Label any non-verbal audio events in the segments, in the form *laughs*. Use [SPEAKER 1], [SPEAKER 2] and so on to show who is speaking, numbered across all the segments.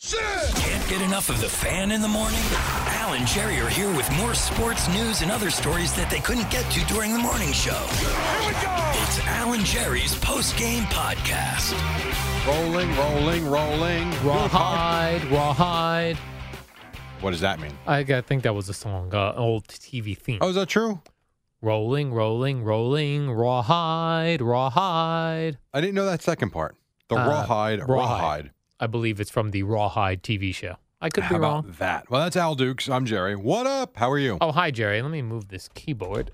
[SPEAKER 1] Can't get enough of the fan in the morning? Al and Jerry are here with more sports news and other stories that they couldn't get to during the morning show. Here we go! It's Al and Jerry's post game podcast.
[SPEAKER 2] Rolling, rolling, rolling.
[SPEAKER 3] Rawhide, rawhide.
[SPEAKER 2] What does that mean?
[SPEAKER 3] I, I think that was a song, uh, an old TV theme.
[SPEAKER 2] Oh, is that true?
[SPEAKER 3] rolling, rolling, rolling, rawhide, rawhide.
[SPEAKER 2] I didn't know that second part. The
[SPEAKER 3] Uh,
[SPEAKER 2] rawhide, rawhide.
[SPEAKER 3] I believe it's from the Rawhide TV show. I could
[SPEAKER 2] How
[SPEAKER 3] be
[SPEAKER 2] about
[SPEAKER 3] wrong.
[SPEAKER 2] that? Well, that's Al Dukes. I'm Jerry. What up? How are you?
[SPEAKER 3] Oh, hi, Jerry. Let me move this keyboard.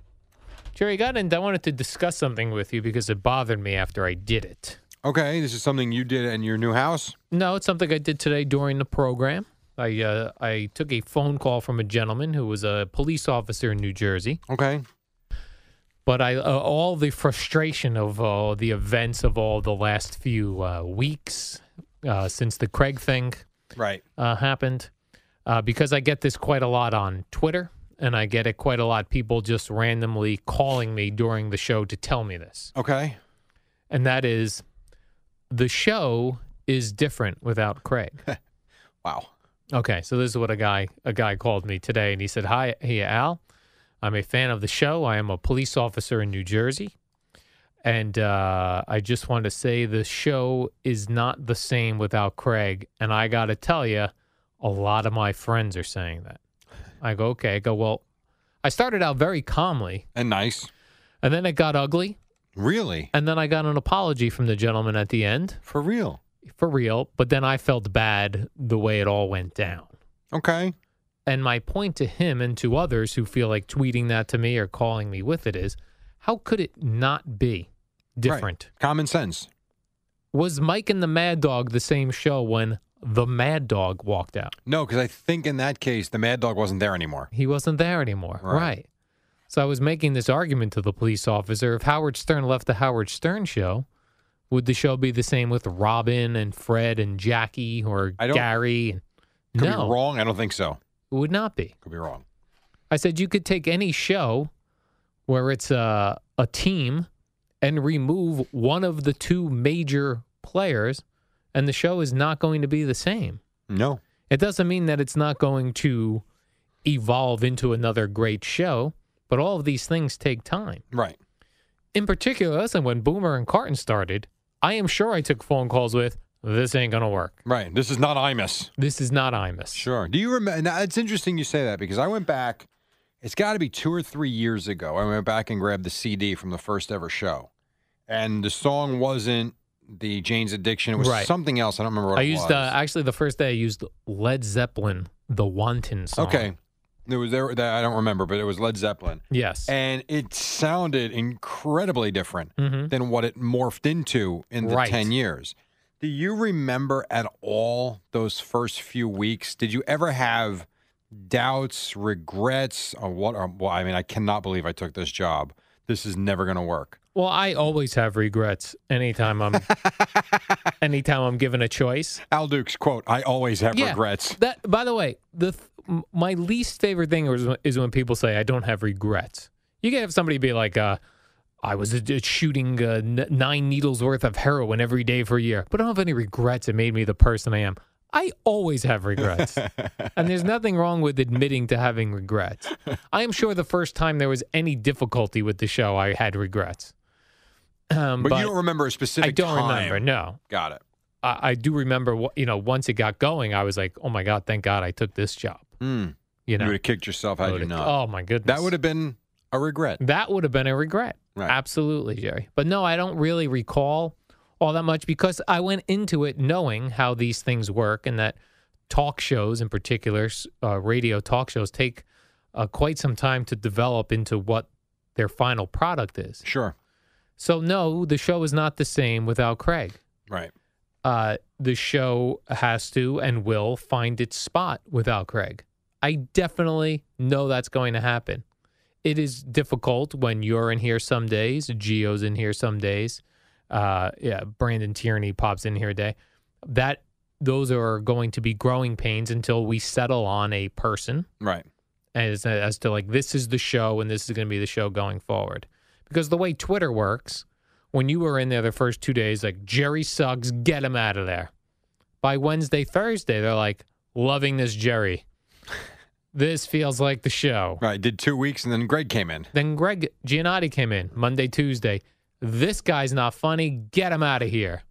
[SPEAKER 3] Jerry, I got in. I wanted to discuss something with you because it bothered me after I did it.
[SPEAKER 2] Okay, this is something you did in your new house.
[SPEAKER 3] No, it's something I did today during the program. I uh, I took a phone call from a gentleman who was a police officer in New Jersey.
[SPEAKER 2] Okay.
[SPEAKER 3] but I uh, all the frustration of uh, the events of all the last few uh, weeks uh, since the Craig thing
[SPEAKER 2] Right.
[SPEAKER 3] uh, happened, uh, because I get this quite a lot on Twitter, and I get it quite a lot. People just randomly calling me during the show to tell me this,
[SPEAKER 2] Okay.
[SPEAKER 3] and that is, the show is different without Craig.
[SPEAKER 2] *laughs* Wow.
[SPEAKER 3] Okay, so this is what a guy a guy called me today, and he said, "Hi, hey Al, I'm a fan of the show. I am a police officer in New Jersey, and uh, I just want to say the show is not the same without Craig. And I got to tell you, a lot of my friends are saying that. I go, okay. I go, well, I started out very calmly,
[SPEAKER 2] And nice.
[SPEAKER 3] and then it got ugly,
[SPEAKER 2] Really?
[SPEAKER 3] and then I got an apology from the gentleman at the end,
[SPEAKER 2] For real.
[SPEAKER 3] for real. But then I felt bad the way it all went down."
[SPEAKER 2] Okay.
[SPEAKER 3] And my point to him and to others who feel like tweeting that to me or calling me with it is how could it not be different?
[SPEAKER 2] Right. Common sense.
[SPEAKER 3] Was Mike and the Mad Dog the same show when the Mad Dog walked out?
[SPEAKER 2] No, because I think in that case, the Mad Dog wasn't there anymore.
[SPEAKER 3] He wasn't there anymore.
[SPEAKER 2] Right.
[SPEAKER 3] Right. So I was making this argument to the police officer if Howard Stern left the Howard Stern show, would the show be the same with Robin and Fred and Jackie or
[SPEAKER 2] I don't-
[SPEAKER 3] Gary?
[SPEAKER 2] Could
[SPEAKER 3] no,
[SPEAKER 2] be wrong. I don't think so.
[SPEAKER 3] it would not be.
[SPEAKER 2] Could be wrong.
[SPEAKER 3] I said you could take any show where it's a a team and remove one of the two major players and the show is not going to be the same.
[SPEAKER 2] No.
[SPEAKER 3] It doesn't mean that it's not going to evolve into another great show, but all of these things take time.
[SPEAKER 2] Right.
[SPEAKER 3] In particular, listen, when Boomer and Carton started, I am sure I took phone calls with this ain't going to work.
[SPEAKER 2] Right. This is not Imus.
[SPEAKER 3] This is not Imus.
[SPEAKER 2] Sure. Do you remember? Now, it's interesting you say that because I went back. It's got to be two or three years ago. I went back and grabbed the CD from the first ever show, and the song wasn't the Jane's Addiction. It was
[SPEAKER 3] Right.
[SPEAKER 2] something else. I don't remember what
[SPEAKER 3] I
[SPEAKER 2] it
[SPEAKER 3] used
[SPEAKER 2] was.
[SPEAKER 3] uh, actually the first day I used Led Zeppelin, the Wanton song.
[SPEAKER 2] okay. There was there. That I don't remember, but it was Led Zeppelin,
[SPEAKER 3] Yes.
[SPEAKER 2] and it sounded incredibly different
[SPEAKER 3] Mhm.
[SPEAKER 2] than what it morphed into in the
[SPEAKER 3] Right.
[SPEAKER 2] ten years. Do you remember at all those first few weeks? Did you ever have doubts, regrets, or what? Or, well, I mean, I cannot believe I took this job. this is never going to work.
[SPEAKER 3] Well, I always have regrets anytime I'm anytime I'm given a choice.
[SPEAKER 2] Al Duke's quote, I always have
[SPEAKER 3] Yeah,
[SPEAKER 2] regrets.
[SPEAKER 3] That by the way, the th- m- my least favorite thing is, when- is when people say I don't have regrets. You can have somebody be like, uh, I was uh, shooting uh, n- nine needles worth of heroin every day for a year, but I don't have any regrets. It made me the person I am. I always
[SPEAKER 2] *laughs*
[SPEAKER 3] have regrets. and there's nothing wrong with admitting to having regrets. I am sure the first time there was any difficulty with the show, I had regrets. *clears throat* Um,
[SPEAKER 2] But, you don't remember a specific
[SPEAKER 3] I don't
[SPEAKER 2] time.
[SPEAKER 3] remember. No,
[SPEAKER 2] Got it.
[SPEAKER 3] I, I do remember. wh- You know, once it got going, I was like, "Oh my god, thank God I took this job."
[SPEAKER 2] Mm.
[SPEAKER 3] You
[SPEAKER 2] You
[SPEAKER 3] know,
[SPEAKER 2] would have kicked yourself
[SPEAKER 3] I
[SPEAKER 2] had you
[SPEAKER 3] would've-
[SPEAKER 2] not.
[SPEAKER 3] Oh my goodness,
[SPEAKER 2] that would have been a regret.
[SPEAKER 3] that would have been a regret.
[SPEAKER 2] Right.
[SPEAKER 3] Absolutely, Jerry. But no, I don't really recall all that much because I went into it knowing how these things work and that talk shows, in particular, s- uh, radio talk shows, take uh, quite some time to develop into what their final product is.
[SPEAKER 2] Sure.
[SPEAKER 3] So no, the show is not the same without Craig.
[SPEAKER 2] Right.
[SPEAKER 3] uh, the show has to and will find its spot without Craig. I definitely know that's going to happen. It is difficult when you're in here some days, Geo's in here some days, uh, yeah, Brandon Tierney pops in here a day. That those are going to be growing pains until we settle on a person
[SPEAKER 2] Right.
[SPEAKER 3] as as to like this is the show and this is going to be the show going forward. Because the way Twitter works, when you were in there the first two days, like Jerry sucks, get him out of there. By Wednesday, Thursday, they're like loving this Jerry. This feels like the show.
[SPEAKER 2] Right. Did two weeks and then Greg came in.
[SPEAKER 3] Then Greg Giannotti came in Monday, Tuesday. This guy's not funny. Get him out of here.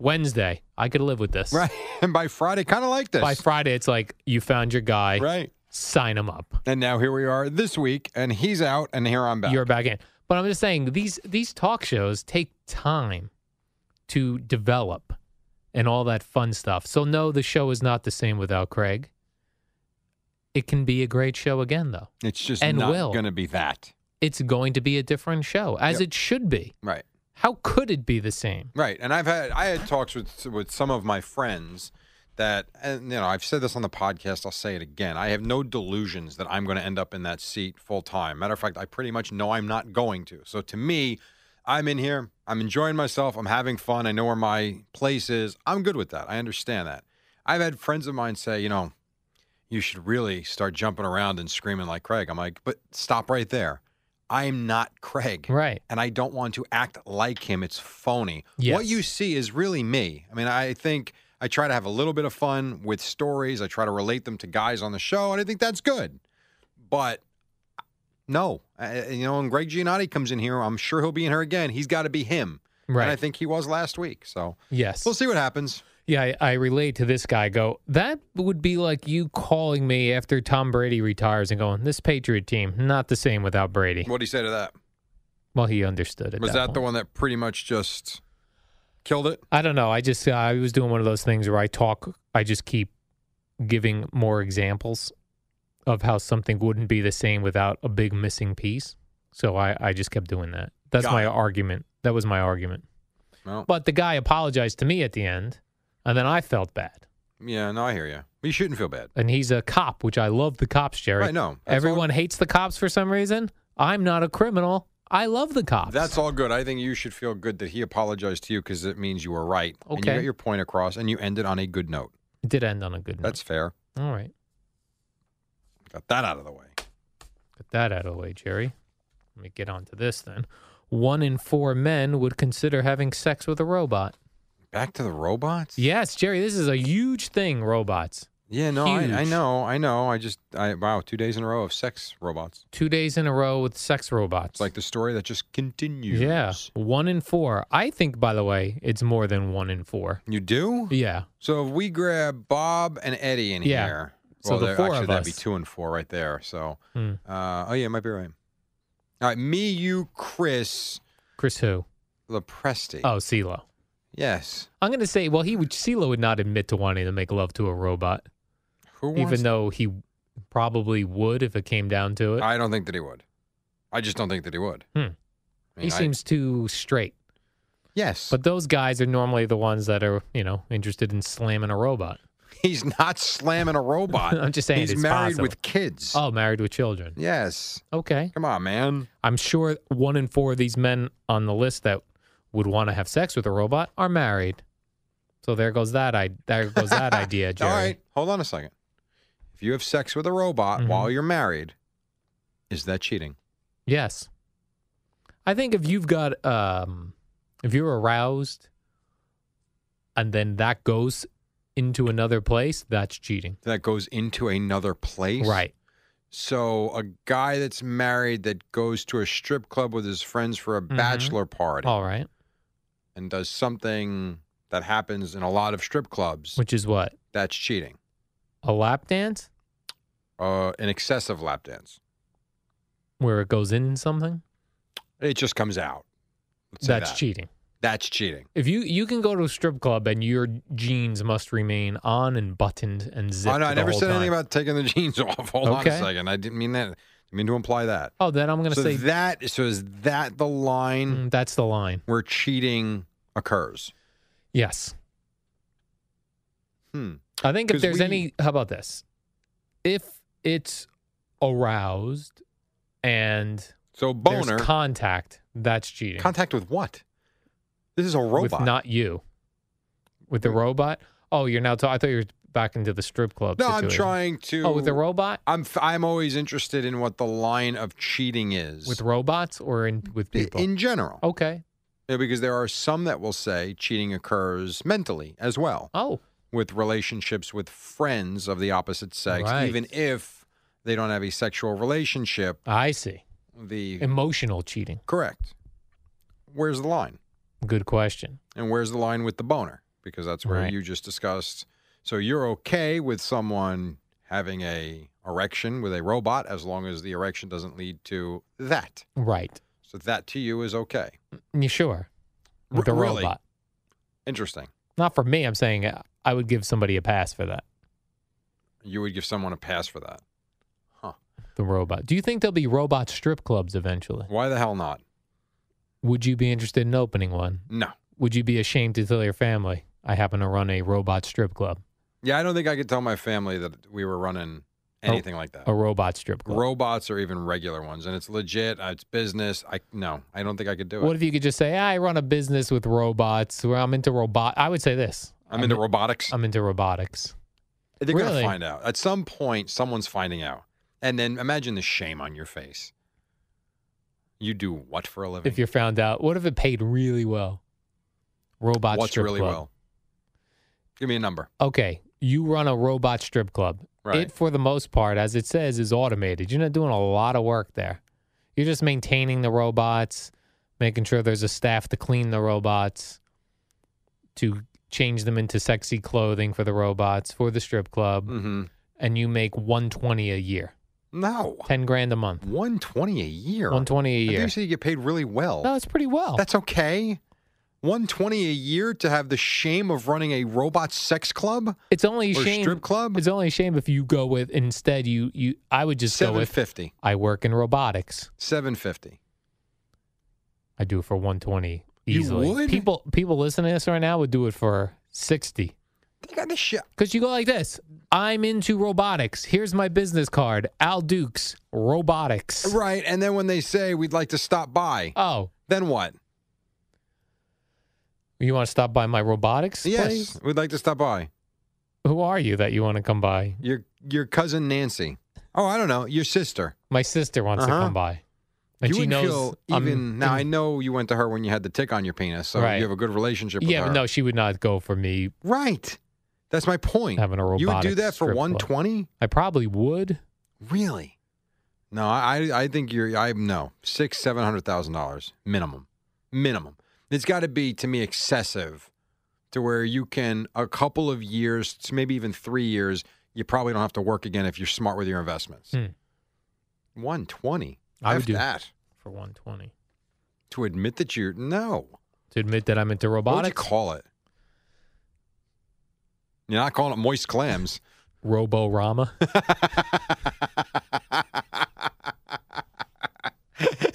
[SPEAKER 3] Wednesday, I could live with this.
[SPEAKER 2] Right. *laughs* And by Friday, kind of like this.
[SPEAKER 3] By Friday, it's like you found your guy.
[SPEAKER 2] Right.
[SPEAKER 3] Sign him up.
[SPEAKER 2] And now here we are this week, and he's out, and here I'm back.
[SPEAKER 3] You're back in. But I'm just saying these these talk shows take time to develop and all that fun stuff. So no, the show is not the same without Craig. It can be a great show again though.
[SPEAKER 2] it's just
[SPEAKER 3] and
[SPEAKER 2] not
[SPEAKER 3] will.
[SPEAKER 2] going to be that.
[SPEAKER 3] It's going to be a different show as
[SPEAKER 2] Yep.
[SPEAKER 3] it should be.
[SPEAKER 2] Right.
[SPEAKER 3] How could it be the same?
[SPEAKER 2] Right, and I've had I had talks with with some of my friends that, and you know, I've said this on the podcast. I'll say it again. I have no delusions that I'm going to end up in that seat full time. Matter of fact, I pretty much know I'm not going to. So to me, I'm in here. I'm enjoying myself. I'm having fun. I know where my place is. I'm good with that. I understand that. I've had friends of mine say, you know, you should really start jumping around and screaming like Craig. I'm like, but stop right there. I'm not Craig
[SPEAKER 3] Right.
[SPEAKER 2] and I don't want to act like him. It's phony. What
[SPEAKER 3] Yes.
[SPEAKER 2] you see is really me. I mean, I think I try to have a little bit of fun with stories. I try to relate them to guys on the show, and I think that's good. But no, I, you know, when Greg Giannotti comes in here, I'm sure he'll be in here again. He's got to be him,
[SPEAKER 3] Right.
[SPEAKER 2] and I think he was last week. So
[SPEAKER 3] yes.
[SPEAKER 2] we'll see what happens.
[SPEAKER 3] Yeah, I, I relate to this guy. I Go, that would be like you calling me after Tom Brady retires and going, this Patriot team, not the same without Brady.
[SPEAKER 2] What do you say to that?
[SPEAKER 3] Well, he understood it.
[SPEAKER 2] Was that the one that pretty much just killed it?
[SPEAKER 3] I don't know. I just uh, I was doing one of those things where I talk. I just keep giving more examples of how something wouldn't be the same without a big missing piece. So I I just kept doing that. That's
[SPEAKER 2] Got
[SPEAKER 3] my
[SPEAKER 2] it.
[SPEAKER 3] argument. That was my argument.
[SPEAKER 2] Well.
[SPEAKER 3] But the guy apologized to me at the end, and then I felt bad.
[SPEAKER 2] Yeah, no, I hear you. You shouldn't feel bad.
[SPEAKER 3] And he's a cop, which I love the cops, Jerry.
[SPEAKER 2] I know. That's all-
[SPEAKER 3] Everyone hates the cops for some reason. I'm not a criminal. I love the cops.
[SPEAKER 2] That's all good. I think you should feel good that he apologized to you because it means you were right. And you
[SPEAKER 3] Okay.
[SPEAKER 2] got your point across and you ended on a good note.
[SPEAKER 3] It did end on a good note.
[SPEAKER 2] That's fair.
[SPEAKER 3] all right.
[SPEAKER 2] Got that out of the way.
[SPEAKER 3] Get that out of the way, Jerry. Let me get on to this then. One in four men would consider having sex with a robot.
[SPEAKER 2] Back to the robots?
[SPEAKER 3] Yes, Jerry, this is a huge thing, robots.
[SPEAKER 2] Yeah, no, I, I
[SPEAKER 3] Huge.
[SPEAKER 2] know. I know. I just, I wow, two days in a row of sex robots.
[SPEAKER 3] Two days in a row with sex robots.
[SPEAKER 2] It's like the story that just continues.
[SPEAKER 3] yeah, one in four. I think, by the way, it's more than one in four.
[SPEAKER 2] You do?
[SPEAKER 3] Yeah,
[SPEAKER 2] So if we grab Bob and Eddie in
[SPEAKER 3] Yeah.
[SPEAKER 2] here.
[SPEAKER 3] So
[SPEAKER 2] well,
[SPEAKER 3] the
[SPEAKER 2] there-
[SPEAKER 3] four
[SPEAKER 2] actually,
[SPEAKER 3] of
[SPEAKER 2] that'd be
[SPEAKER 3] us.
[SPEAKER 2] two and four right there. So,
[SPEAKER 3] Hmm.
[SPEAKER 2] uh, oh, yeah, might be right. All right, me, you, Chris,
[SPEAKER 3] Chris who?
[SPEAKER 2] Lepresti.
[SPEAKER 3] Oh, CeeLo.
[SPEAKER 2] Yes.
[SPEAKER 3] I'm gonna say, well, he would CeeLo would not admit to wanting to make love to a robot,
[SPEAKER 2] Who wants
[SPEAKER 3] even though he probably would if it came down to it.
[SPEAKER 2] I don't think that he would. I just don't think that he would.
[SPEAKER 3] Hmm.
[SPEAKER 2] I mean,
[SPEAKER 3] he
[SPEAKER 2] I-
[SPEAKER 3] seems too straight.
[SPEAKER 2] yes,
[SPEAKER 3] But those guys are normally the ones that are, you know, interested in slamming a robot.
[SPEAKER 2] He's not slamming a robot.
[SPEAKER 3] *laughs* I'm just saying
[SPEAKER 2] he's
[SPEAKER 3] it's
[SPEAKER 2] married
[SPEAKER 3] possible.
[SPEAKER 2] with kids.
[SPEAKER 3] Oh, married with children.
[SPEAKER 2] Yes.
[SPEAKER 3] Okay.
[SPEAKER 2] Come on, man.
[SPEAKER 3] I'm sure one in four of these men on the list that would want to have sex with a robot are married. So there goes that I there
[SPEAKER 2] *laughs*
[SPEAKER 3] goes that idea, Jerry.
[SPEAKER 2] All right. Hold on a second. If you have sex with a robot
[SPEAKER 3] Mhm.
[SPEAKER 2] while you're married, is that cheating?
[SPEAKER 3] Yes. I think if you've got um if you're aroused and then that goes into another place, that's cheating.
[SPEAKER 2] That goes into another place.
[SPEAKER 3] Right.
[SPEAKER 2] So a guy that's married that goes to a strip club with his friends for a
[SPEAKER 3] Mhm.
[SPEAKER 2] bachelor party
[SPEAKER 3] All right.
[SPEAKER 2] and does something that happens in a lot of strip clubs,
[SPEAKER 3] Which is what?
[SPEAKER 2] that's cheating.
[SPEAKER 3] A lap dance
[SPEAKER 2] Uh, an excessive lap dance.
[SPEAKER 3] where it goes in something?
[SPEAKER 2] It just comes out. Let's say
[SPEAKER 3] That's
[SPEAKER 2] that.
[SPEAKER 3] cheating.
[SPEAKER 2] That's cheating.
[SPEAKER 3] If you you can go to a strip club and your jeans must remain on and buttoned and zipped.
[SPEAKER 2] oh, no, I
[SPEAKER 3] the
[SPEAKER 2] never
[SPEAKER 3] whole
[SPEAKER 2] said anything
[SPEAKER 3] time.
[SPEAKER 2] about taking the *laughs* jeans off. Hold on a
[SPEAKER 3] Okay.
[SPEAKER 2] second. I didn't mean that. I mean to imply that.
[SPEAKER 3] Oh, then I'm gonna
[SPEAKER 2] so
[SPEAKER 3] say
[SPEAKER 2] that so is that the line
[SPEAKER 3] mm, that's the line.
[SPEAKER 2] where cheating occurs?
[SPEAKER 3] Yes.
[SPEAKER 2] Hmm.
[SPEAKER 3] I think if
[SPEAKER 2] 'Cause
[SPEAKER 3] there's
[SPEAKER 2] we-
[SPEAKER 3] any, how about this? If it's aroused and
[SPEAKER 2] So
[SPEAKER 3] there's
[SPEAKER 2] boner
[SPEAKER 3] contact, that's cheating.
[SPEAKER 2] contact with what? This is a robot.
[SPEAKER 3] With not you. With the robot? Oh, you're now, ta- I thought you were back into the strip club.
[SPEAKER 2] no, I'm
[SPEAKER 3] situation.
[SPEAKER 2] trying to.
[SPEAKER 3] Oh, with the robot?
[SPEAKER 2] I'm f- I'm always interested in what the line of cheating is
[SPEAKER 3] With robots or in with
[SPEAKER 2] i-
[SPEAKER 3] people?
[SPEAKER 2] in general,
[SPEAKER 3] okay.
[SPEAKER 2] Yeah, because there are some that will say cheating occurs mentally as well
[SPEAKER 3] Oh,
[SPEAKER 2] with relationships with friends of the opposite sex,
[SPEAKER 3] Right.
[SPEAKER 2] even if they don't have a sexual relationship.
[SPEAKER 3] I see.
[SPEAKER 2] The
[SPEAKER 3] Emotional cheating.
[SPEAKER 2] correct. Where's the line?
[SPEAKER 3] Good question.
[SPEAKER 2] And where's the line with the boner? Because that's where
[SPEAKER 3] Right.
[SPEAKER 2] you just discussed. So you're okay with someone having a erection with a robot as long as the erection doesn't lead to that.
[SPEAKER 3] Right.
[SPEAKER 2] So that to you is okay.
[SPEAKER 3] You sure? With
[SPEAKER 2] R-
[SPEAKER 3] the
[SPEAKER 2] really?
[SPEAKER 3] robot.
[SPEAKER 2] Interesting.
[SPEAKER 3] Not for me. I'm saying uh, I would give somebody a pass for that.
[SPEAKER 2] You would give someone a pass for that.
[SPEAKER 3] The robot. Do you think there'll be robot strip clubs eventually?
[SPEAKER 2] Why the hell not?
[SPEAKER 3] Would you be interested in opening one?
[SPEAKER 2] No.
[SPEAKER 3] Would you be ashamed to tell your family I happen to run a robot strip club,
[SPEAKER 2] Yeah, I don't think I could tell my family that we were running anything like that.
[SPEAKER 3] a robot strip club?
[SPEAKER 2] Robots or even regular ones, and it's legit. uh, It's business. I no, I don't think I could do it.
[SPEAKER 3] What if you could just say I run a business with robots? Where I'm into robot. I would say this.
[SPEAKER 2] I'm into robotics.
[SPEAKER 3] I'm into robotics.
[SPEAKER 2] They're going
[SPEAKER 3] Really?
[SPEAKER 2] to find out. At some point, someone's finding out. And then imagine the shame on your face. You do what for a living?
[SPEAKER 3] If you're found out, what if it paid really well? Robot
[SPEAKER 2] What's
[SPEAKER 3] strip
[SPEAKER 2] really
[SPEAKER 3] club.
[SPEAKER 2] well? Give me a number.
[SPEAKER 3] Okay, you run a robot strip club.
[SPEAKER 2] Right.
[SPEAKER 3] It, for the most part, as it says, is automated. You're not doing a lot of work there. You're just maintaining the robots, making sure there's a staff to clean the robots, to change them into sexy clothing for the robots for the strip club,
[SPEAKER 2] Mm-hmm.
[SPEAKER 3] and you make 120 a year,
[SPEAKER 2] No.
[SPEAKER 3] 10 grand a month,
[SPEAKER 2] 120 a year.
[SPEAKER 3] 120 a
[SPEAKER 2] I think
[SPEAKER 3] year.
[SPEAKER 2] You say you get paid really well.
[SPEAKER 3] No, it's pretty well.
[SPEAKER 2] That's okay. 120 a year to have the shame of running a robot sex club?
[SPEAKER 3] it's only a
[SPEAKER 2] or
[SPEAKER 3] shame.
[SPEAKER 2] strip club?
[SPEAKER 3] It's only a shame if you go with instead you you. I would just go with
[SPEAKER 2] 750.
[SPEAKER 3] I work in robotics.
[SPEAKER 2] 750.
[SPEAKER 3] I do it for 120
[SPEAKER 2] You
[SPEAKER 3] easily.
[SPEAKER 2] would?
[SPEAKER 3] People people listening to this right now would do it for 60.
[SPEAKER 2] They got this shit.
[SPEAKER 3] Cuz you go like this. I'm into robotics. Here's my business card. Al Dukes Robotics.
[SPEAKER 2] Right. And then when they say we'd like to stop by,
[SPEAKER 3] Oh,
[SPEAKER 2] then what?
[SPEAKER 3] you want to stop by my robotics
[SPEAKER 2] Yes.
[SPEAKER 3] place?
[SPEAKER 2] We'd like to stop by.
[SPEAKER 3] Who are you that you want to come by?
[SPEAKER 2] Your your cousin Nancy. Oh, I don't know. Your sister.
[SPEAKER 3] My sister wants
[SPEAKER 2] Uh-huh.
[SPEAKER 3] to come by. And
[SPEAKER 2] you
[SPEAKER 3] she
[SPEAKER 2] would
[SPEAKER 3] knows
[SPEAKER 2] feel
[SPEAKER 3] I'm
[SPEAKER 2] even now. I
[SPEAKER 3] in-
[SPEAKER 2] know you went to her when you had the tick on your penis, so
[SPEAKER 3] Right.
[SPEAKER 2] you have a good relationship with
[SPEAKER 3] Yeah,
[SPEAKER 2] her.
[SPEAKER 3] but no, she would not go for me.
[SPEAKER 2] right. That's my point.
[SPEAKER 3] Having a
[SPEAKER 2] you would do
[SPEAKER 3] robotic
[SPEAKER 2] that for
[SPEAKER 3] strip club.
[SPEAKER 2] one twenty?
[SPEAKER 3] I probably would.
[SPEAKER 2] Really? No, I I I think you're. I no six seven hundred thousand dollars minimum, minimum. It's got to be to me excessive, to where you can a couple of years, to maybe even three years. You probably don't have to work again if you're smart with your investments.
[SPEAKER 3] Hmm.
[SPEAKER 2] One twenty.
[SPEAKER 3] I would do-
[SPEAKER 2] that
[SPEAKER 3] For 120.
[SPEAKER 2] to admit that you're no.
[SPEAKER 3] To admit that I'm into
[SPEAKER 2] What would you
[SPEAKER 3] robotics,
[SPEAKER 2] call it? You're not calling it moist clams.
[SPEAKER 3] Roborama. *laughs*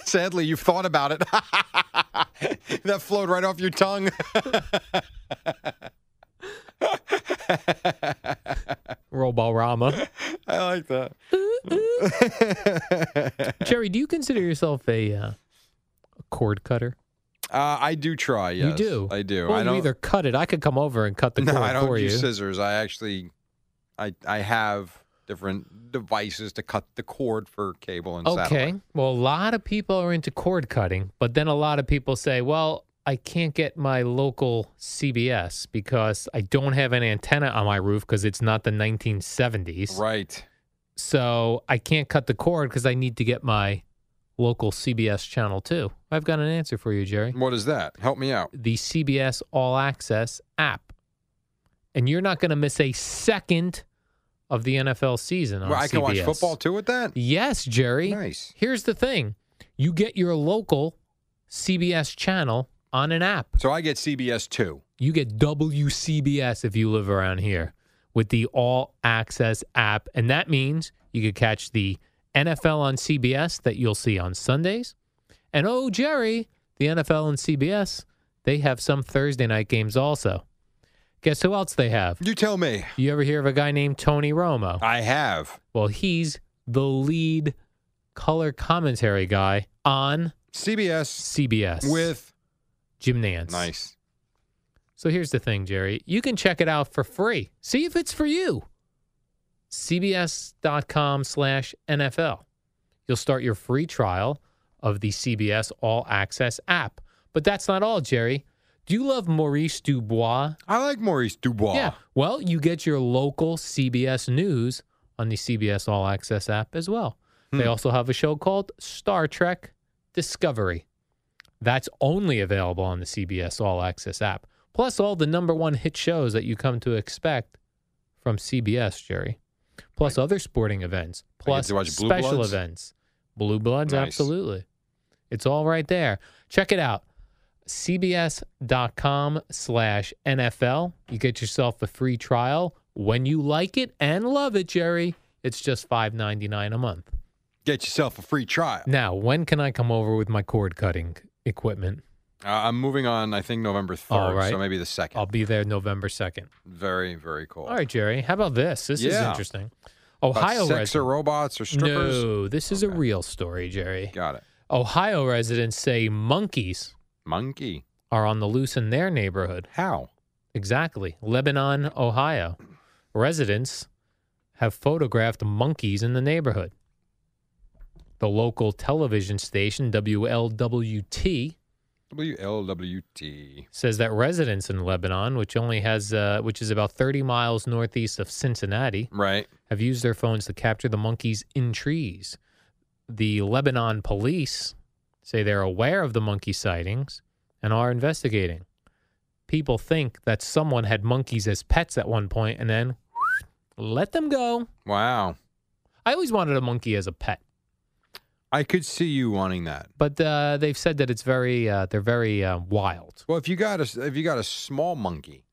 [SPEAKER 2] Sadly, you've thought about it. *laughs* that *laughs* flowed right off your tongue.
[SPEAKER 3] Roborama.
[SPEAKER 2] I like that.
[SPEAKER 3] *laughs* Jerry, do you consider yourself a, uh, a cord cutter?
[SPEAKER 2] Uh, I do try. Yes,
[SPEAKER 3] you do.
[SPEAKER 2] I do.
[SPEAKER 3] Well,
[SPEAKER 2] I
[SPEAKER 3] you
[SPEAKER 2] don't
[SPEAKER 3] either cut it. I could come over and cut
[SPEAKER 2] *laughs*
[SPEAKER 3] the
[SPEAKER 2] No,
[SPEAKER 3] cord
[SPEAKER 2] I
[SPEAKER 3] for
[SPEAKER 2] don't
[SPEAKER 3] you.
[SPEAKER 2] use scissors. I actually, I I have different devices to cut the cord for cable and
[SPEAKER 3] okay.
[SPEAKER 2] satellite.
[SPEAKER 3] Well, a lot of people are into cord cutting, but then a lot of people say, "Well, I can't get my local CBS because I don't have an antenna on my roof because it's not the 1970s."
[SPEAKER 2] Right.
[SPEAKER 3] So I can't cut the cord because I need to get my local CBS channel too. I've got an answer for you, Jerry.
[SPEAKER 2] What is that? Help me out.
[SPEAKER 3] The CBS All Access app. And you're not going to miss a second of the NFL season on
[SPEAKER 2] Well, I can watch
[SPEAKER 3] CBS.
[SPEAKER 2] football too with that.
[SPEAKER 3] Yes, Jerry.
[SPEAKER 2] Nice.
[SPEAKER 3] Here's the thing you get your local CBS channel on an app.
[SPEAKER 2] So I get CBS two.
[SPEAKER 3] You get WCBS if you live around here with the All Access app. And that means you could catch the NFL on CBS that you'll see on Sundays. And oh, Jerry, the NFL and CBS, they have some Thursday night games also. Guess who else they have?
[SPEAKER 2] You tell me.
[SPEAKER 3] You ever hear of a guy named Tony Romo?
[SPEAKER 2] I have
[SPEAKER 3] Well, he's the lead color commentary guy on
[SPEAKER 2] CBS
[SPEAKER 3] CBS
[SPEAKER 2] with
[SPEAKER 3] Jim Nance.
[SPEAKER 2] nice.
[SPEAKER 3] So here's the thing, Jerry. You can check it out for free. See if it's for you. CBS.com slash NFL. You'll start your free trial of the CBS All Access app. But that's not all, Jerry. Do you love Maurice Dubois?
[SPEAKER 2] I like Maurice Dubois.
[SPEAKER 3] Yeah. Well, you get your local CBS news on the CBS All Access app as well.
[SPEAKER 2] Hmm.
[SPEAKER 3] They also have a show called Star Trek Discovery. That's only available on the CBS All Access app. Plus, all the number one hit shows that you come to expect from CBS, Jerry. Plus, other sporting events. Plus,
[SPEAKER 2] to watch Blue
[SPEAKER 3] special
[SPEAKER 2] Bloods?
[SPEAKER 3] events. Blue Bloods,
[SPEAKER 2] Nice.
[SPEAKER 3] absolutely. It's all right there. Check it out cbs.com slash NFL. You get yourself a free trial when you like it and love it, Jerry. It's just five ninety nine a month.
[SPEAKER 2] Get yourself a free trial.
[SPEAKER 3] Now, when can I come over with my cord cutting equipment?
[SPEAKER 2] Uh, I'm moving on. I think November third.
[SPEAKER 3] All right.
[SPEAKER 2] So maybe the 2nd
[SPEAKER 3] I'll be there November 2nd.
[SPEAKER 2] Very very cool.
[SPEAKER 3] All right, Jerry. How about this? This is
[SPEAKER 2] Yeah.
[SPEAKER 3] interesting.
[SPEAKER 2] About
[SPEAKER 3] Ohio
[SPEAKER 2] sex or
[SPEAKER 3] residents.
[SPEAKER 2] robots or strippers.
[SPEAKER 3] No, this is a real story, Jerry.
[SPEAKER 2] Got it.
[SPEAKER 3] Ohio residents say monkeys
[SPEAKER 2] Monkey.
[SPEAKER 3] are on the loose in their neighborhood.
[SPEAKER 2] How?
[SPEAKER 3] Exactly. Lebanon, Ohio. Residents have photographed monkeys in the neighborhood. The local television station, WLWT,
[SPEAKER 2] W L W T.
[SPEAKER 3] says that residents in Lebanon, which only has, uh, which is about 30 miles northeast of Cincinnati,
[SPEAKER 2] Right.
[SPEAKER 3] have used their phones to capture the monkeys in trees. The Lebanon police say they're aware of the monkey sightings and are investigating. People think that someone had monkeys as pets at one point and then let them go.
[SPEAKER 2] Wow.
[SPEAKER 3] I always wanted a monkey as a pet,
[SPEAKER 2] I could see you wanting that.
[SPEAKER 3] but uh, they've said that it's very uh, they're very uh, wild.
[SPEAKER 2] Well, if you got a if you got a small monkey,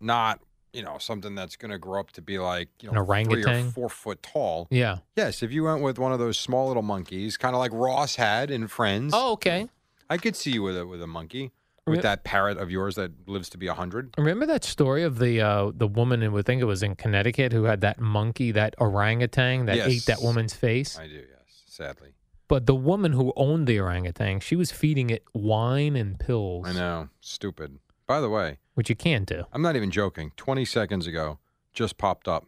[SPEAKER 2] not you know something that's going to grow up to be like you
[SPEAKER 3] An
[SPEAKER 2] know three
[SPEAKER 3] orangutan?
[SPEAKER 2] or four foot tall.
[SPEAKER 3] Yeah.
[SPEAKER 2] Yes, if you went with one of those small little monkeys, kind of like Ross had in Friends.
[SPEAKER 3] Oh, okay.
[SPEAKER 2] I could see you with a with a monkey with
[SPEAKER 3] Yeah.
[SPEAKER 2] that parrot of yours that lives to be a hundred.
[SPEAKER 3] Remember that story of the uh, the woman who I think it was in Connecticut who had that monkey, that orangutan that ate that
[SPEAKER 2] Yes.
[SPEAKER 3] woman's face?
[SPEAKER 2] I do. Yes, sadly,
[SPEAKER 3] But the woman who owned the orangutan, she was feeding it wine and pills,
[SPEAKER 2] I know. Stupid. By the way,
[SPEAKER 3] which you can't do.
[SPEAKER 2] I'm not even joking. 20 seconds ago, just popped up.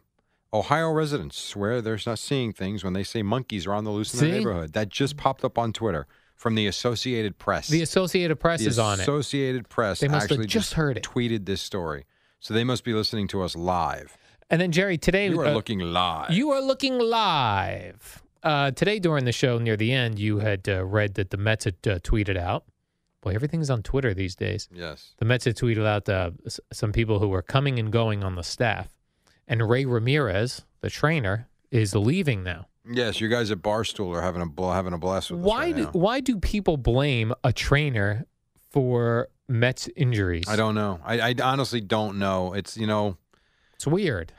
[SPEAKER 2] Ohio residents swear they're not seeing things when they say monkeys are on the loose in
[SPEAKER 3] See?
[SPEAKER 2] their neighborhood. That just popped up on Twitter from the Associated Press.
[SPEAKER 3] The Associated Press
[SPEAKER 2] The
[SPEAKER 3] is on it.
[SPEAKER 2] Associated Press
[SPEAKER 3] They must have
[SPEAKER 2] actually
[SPEAKER 3] just heard it.
[SPEAKER 2] tweeted this story. So they must be listening to us live.
[SPEAKER 3] And then Jerry, today
[SPEAKER 2] you are
[SPEAKER 3] uh,
[SPEAKER 2] looking live.
[SPEAKER 3] You are looking live. Uh, today during the show, near the end, you had uh, read that the Mets had uh, tweeted out. Boy, everything's on Twitter these days.
[SPEAKER 2] yes.
[SPEAKER 3] The Mets had tweeted out uh, s- some people who were coming and going on the staff, and Ray Ramirez, the trainer, is leaving now.
[SPEAKER 2] Yes, you guys at Barstool are having a bl- having a blast with us
[SPEAKER 3] why
[SPEAKER 2] right
[SPEAKER 3] do
[SPEAKER 2] now.
[SPEAKER 3] why do people blame a trainer for Mets injuries?
[SPEAKER 2] I don't know. I, I honestly don't know. It's you know,
[SPEAKER 3] It's weird.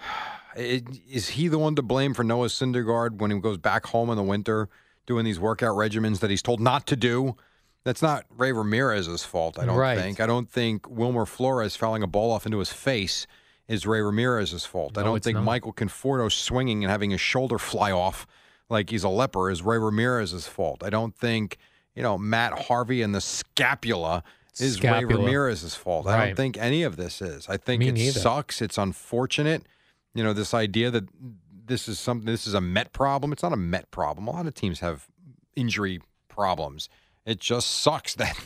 [SPEAKER 2] It, is he the one to blame for Noah Syndergaard when he goes back home in the winter doing these workout regimens that he's told not to do? That's not Ray Ramirez's fault, I don't
[SPEAKER 3] Right.
[SPEAKER 2] think. I don't think Wilmer Flores fouling a ball off into his face is Ray Ramirez's fault. I
[SPEAKER 3] No,
[SPEAKER 2] don't
[SPEAKER 3] it's
[SPEAKER 2] think
[SPEAKER 3] not.
[SPEAKER 2] Michael Conforto swinging and having his shoulder fly off like he's a leper is Ray Ramirez's fault. I don't think, you know, Matt Harvey and the scapula is Ray
[SPEAKER 3] Scapula.
[SPEAKER 2] Ramirez's fault. I don't
[SPEAKER 3] Right.
[SPEAKER 2] think any of this is. I think
[SPEAKER 3] Me
[SPEAKER 2] it
[SPEAKER 3] neither.
[SPEAKER 2] sucks. It's unfortunate. You know, this idea that this is something this is a Met problem. It's not a Met problem. A lot of teams have injury problems. It just sucks that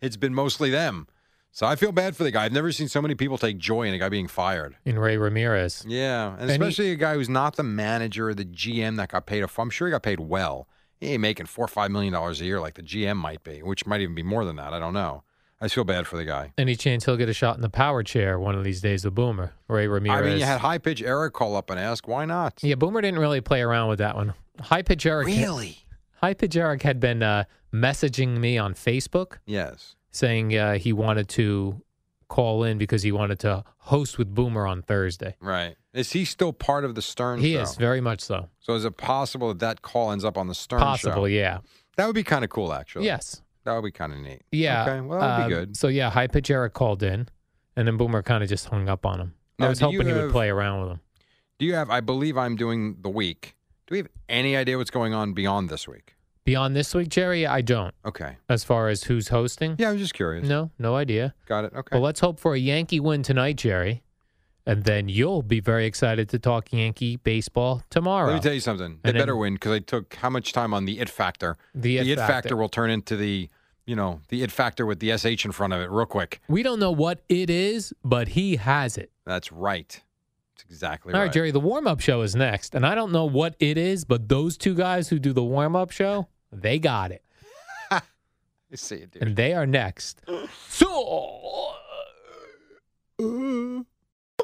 [SPEAKER 2] it's been mostly them. So I feel bad for the guy. I've never seen so many people take joy in a guy being fired.
[SPEAKER 3] in Ray Ramirez.
[SPEAKER 2] Yeah, and,
[SPEAKER 3] he-
[SPEAKER 2] especially a guy who's not the manager or the GM that got paid. A, I'm sure he got paid well. He ain't making four or five million dollars a year like the GM might be, which might even be more than that. I don't know. I just feel bad for the guy.
[SPEAKER 3] Any chance he'll get a shot in the power chair one of these days? The Boomer, Ray Ramirez.
[SPEAKER 2] I mean, you had high pitch Eric call up and ask, why not?
[SPEAKER 3] yeah, Boomer didn't really play around with that one. High pitch Eric.
[SPEAKER 2] Really?
[SPEAKER 3] High pitch Eric had been uh, messaging me on Facebook
[SPEAKER 2] Yes.
[SPEAKER 3] saying uh, he wanted to call in because he wanted to host with Boomer on Thursday.
[SPEAKER 2] Right. Is he still part of the Stern
[SPEAKER 3] He
[SPEAKER 2] show?
[SPEAKER 3] is very much so.
[SPEAKER 2] So is it possible that that call ends up on the Stern show?
[SPEAKER 3] Possible, yeah.
[SPEAKER 2] That would be kind of cool, actually.
[SPEAKER 3] Yes.
[SPEAKER 2] That would be kind of neat.
[SPEAKER 3] Yeah.
[SPEAKER 2] Okay. Well, that would be
[SPEAKER 3] um,
[SPEAKER 2] good.
[SPEAKER 3] So yeah, high pitch Eric called in, and then Boomer kind of just hung up on him.
[SPEAKER 2] Now,
[SPEAKER 3] I was
[SPEAKER 2] do you
[SPEAKER 3] hoping he
[SPEAKER 2] have-
[SPEAKER 3] would play around with him.
[SPEAKER 2] Do you have? I believe I'm doing the week. Do we have any idea what's going on beyond this week?
[SPEAKER 3] Beyond this week, Jerry, I don't.
[SPEAKER 2] Okay.
[SPEAKER 3] As far as who's hosting,
[SPEAKER 2] Yeah, I'm just curious.
[SPEAKER 3] no, no idea.
[SPEAKER 2] Got it. Okay.
[SPEAKER 3] But let's hope for a Yankee win tonight, Jerry, and then you'll be very excited to talk Yankee baseball tomorrow.
[SPEAKER 2] Let me tell you something. They
[SPEAKER 3] And then-
[SPEAKER 2] better win because I took how much time on the it factor.
[SPEAKER 3] The it
[SPEAKER 2] factor.
[SPEAKER 3] factor.
[SPEAKER 2] will turn into the, you know, the it factor with the sh in front of it real quick.
[SPEAKER 3] we don't know what it is, but he has it.
[SPEAKER 2] That's right. That's exactly
[SPEAKER 3] All
[SPEAKER 2] right.
[SPEAKER 3] right, Jerry, the warm up show is next. And I don't know what it is, but those two guys who do the warm up show, they got it.
[SPEAKER 2] *laughs* I see it, dude.
[SPEAKER 3] And they are next. So,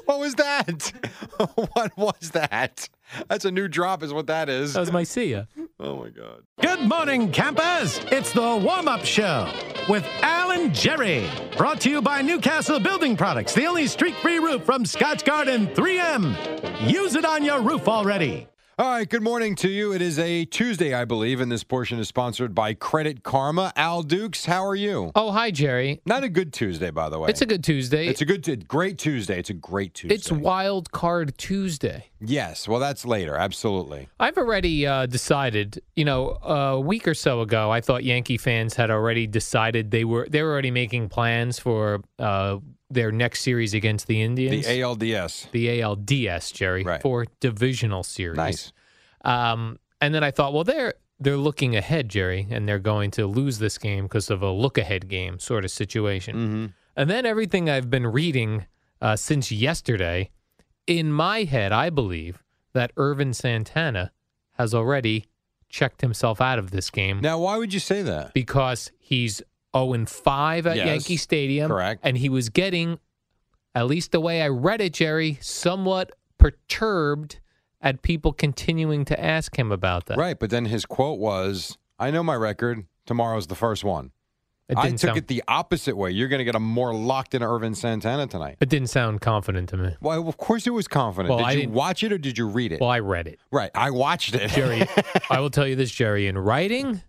[SPEAKER 2] What was that? *laughs* what was that? That's a new drop, is what that is.
[SPEAKER 3] that was my see ya.
[SPEAKER 2] Oh my god.
[SPEAKER 4] Good morning, campers. It's the warm up show with Alan Jerry. Brought to you by Newcastle Building Products, the only streak free roof from Scotch Garden 3M. Use it on your roof already.
[SPEAKER 2] All right, good morning to you. It is a Tuesday, I believe, and this portion is sponsored by Credit Karma. Al Dukes, how are you?
[SPEAKER 3] Oh, hi, Jerry.
[SPEAKER 2] Not a good Tuesday, by the way.
[SPEAKER 3] It's a good Tuesday.
[SPEAKER 2] It's a good, Tu- great Tuesday. It's a great Tuesday.
[SPEAKER 3] It's Wild Card Tuesday.
[SPEAKER 2] yes. Well, that's later. Absolutely.
[SPEAKER 3] I've already uh, decided. You know, a week or so ago, I thought Yankee fans had already decided they were they were already making plans for uh, their next series against the
[SPEAKER 2] The
[SPEAKER 3] Indians,
[SPEAKER 2] ALDS.
[SPEAKER 3] the ALDS, Jerry,
[SPEAKER 2] Right.
[SPEAKER 3] for divisional series.
[SPEAKER 2] Nice.
[SPEAKER 3] Um, and then I thought, well, they're they're looking ahead, Jerry, and they're going to lose this game because of a look ahead game sort of situation.
[SPEAKER 2] Mm-hmm.
[SPEAKER 3] And then everything I've been reading uh, since yesterday, in my head, I believe that Irvin Santana has already checked himself out of this game
[SPEAKER 2] Now, why would you say that?
[SPEAKER 3] because he's 0 5 at
[SPEAKER 2] Yes,
[SPEAKER 3] Yankee Stadium.
[SPEAKER 2] correct.
[SPEAKER 3] And he was getting, at least the way I read it, Jerry, somewhat perturbed at people continuing to ask him about that.
[SPEAKER 2] Right. But then his quote was, "I know my record. Tomorrow's the first one."
[SPEAKER 3] It
[SPEAKER 2] I
[SPEAKER 3] didn't
[SPEAKER 2] took
[SPEAKER 3] sound,
[SPEAKER 2] it the opposite way. You're going to get a more locked in Irvin Santana tonight.
[SPEAKER 3] it didn't sound confident to me.
[SPEAKER 2] Well, of course it was confident.
[SPEAKER 3] Well,
[SPEAKER 2] did
[SPEAKER 3] I
[SPEAKER 2] you
[SPEAKER 3] didn't-
[SPEAKER 2] watch it or did you read it?
[SPEAKER 3] Well, I read it.
[SPEAKER 2] right. I watched it. *laughs*
[SPEAKER 3] Jerry, I will tell you this, Jerry, in writing,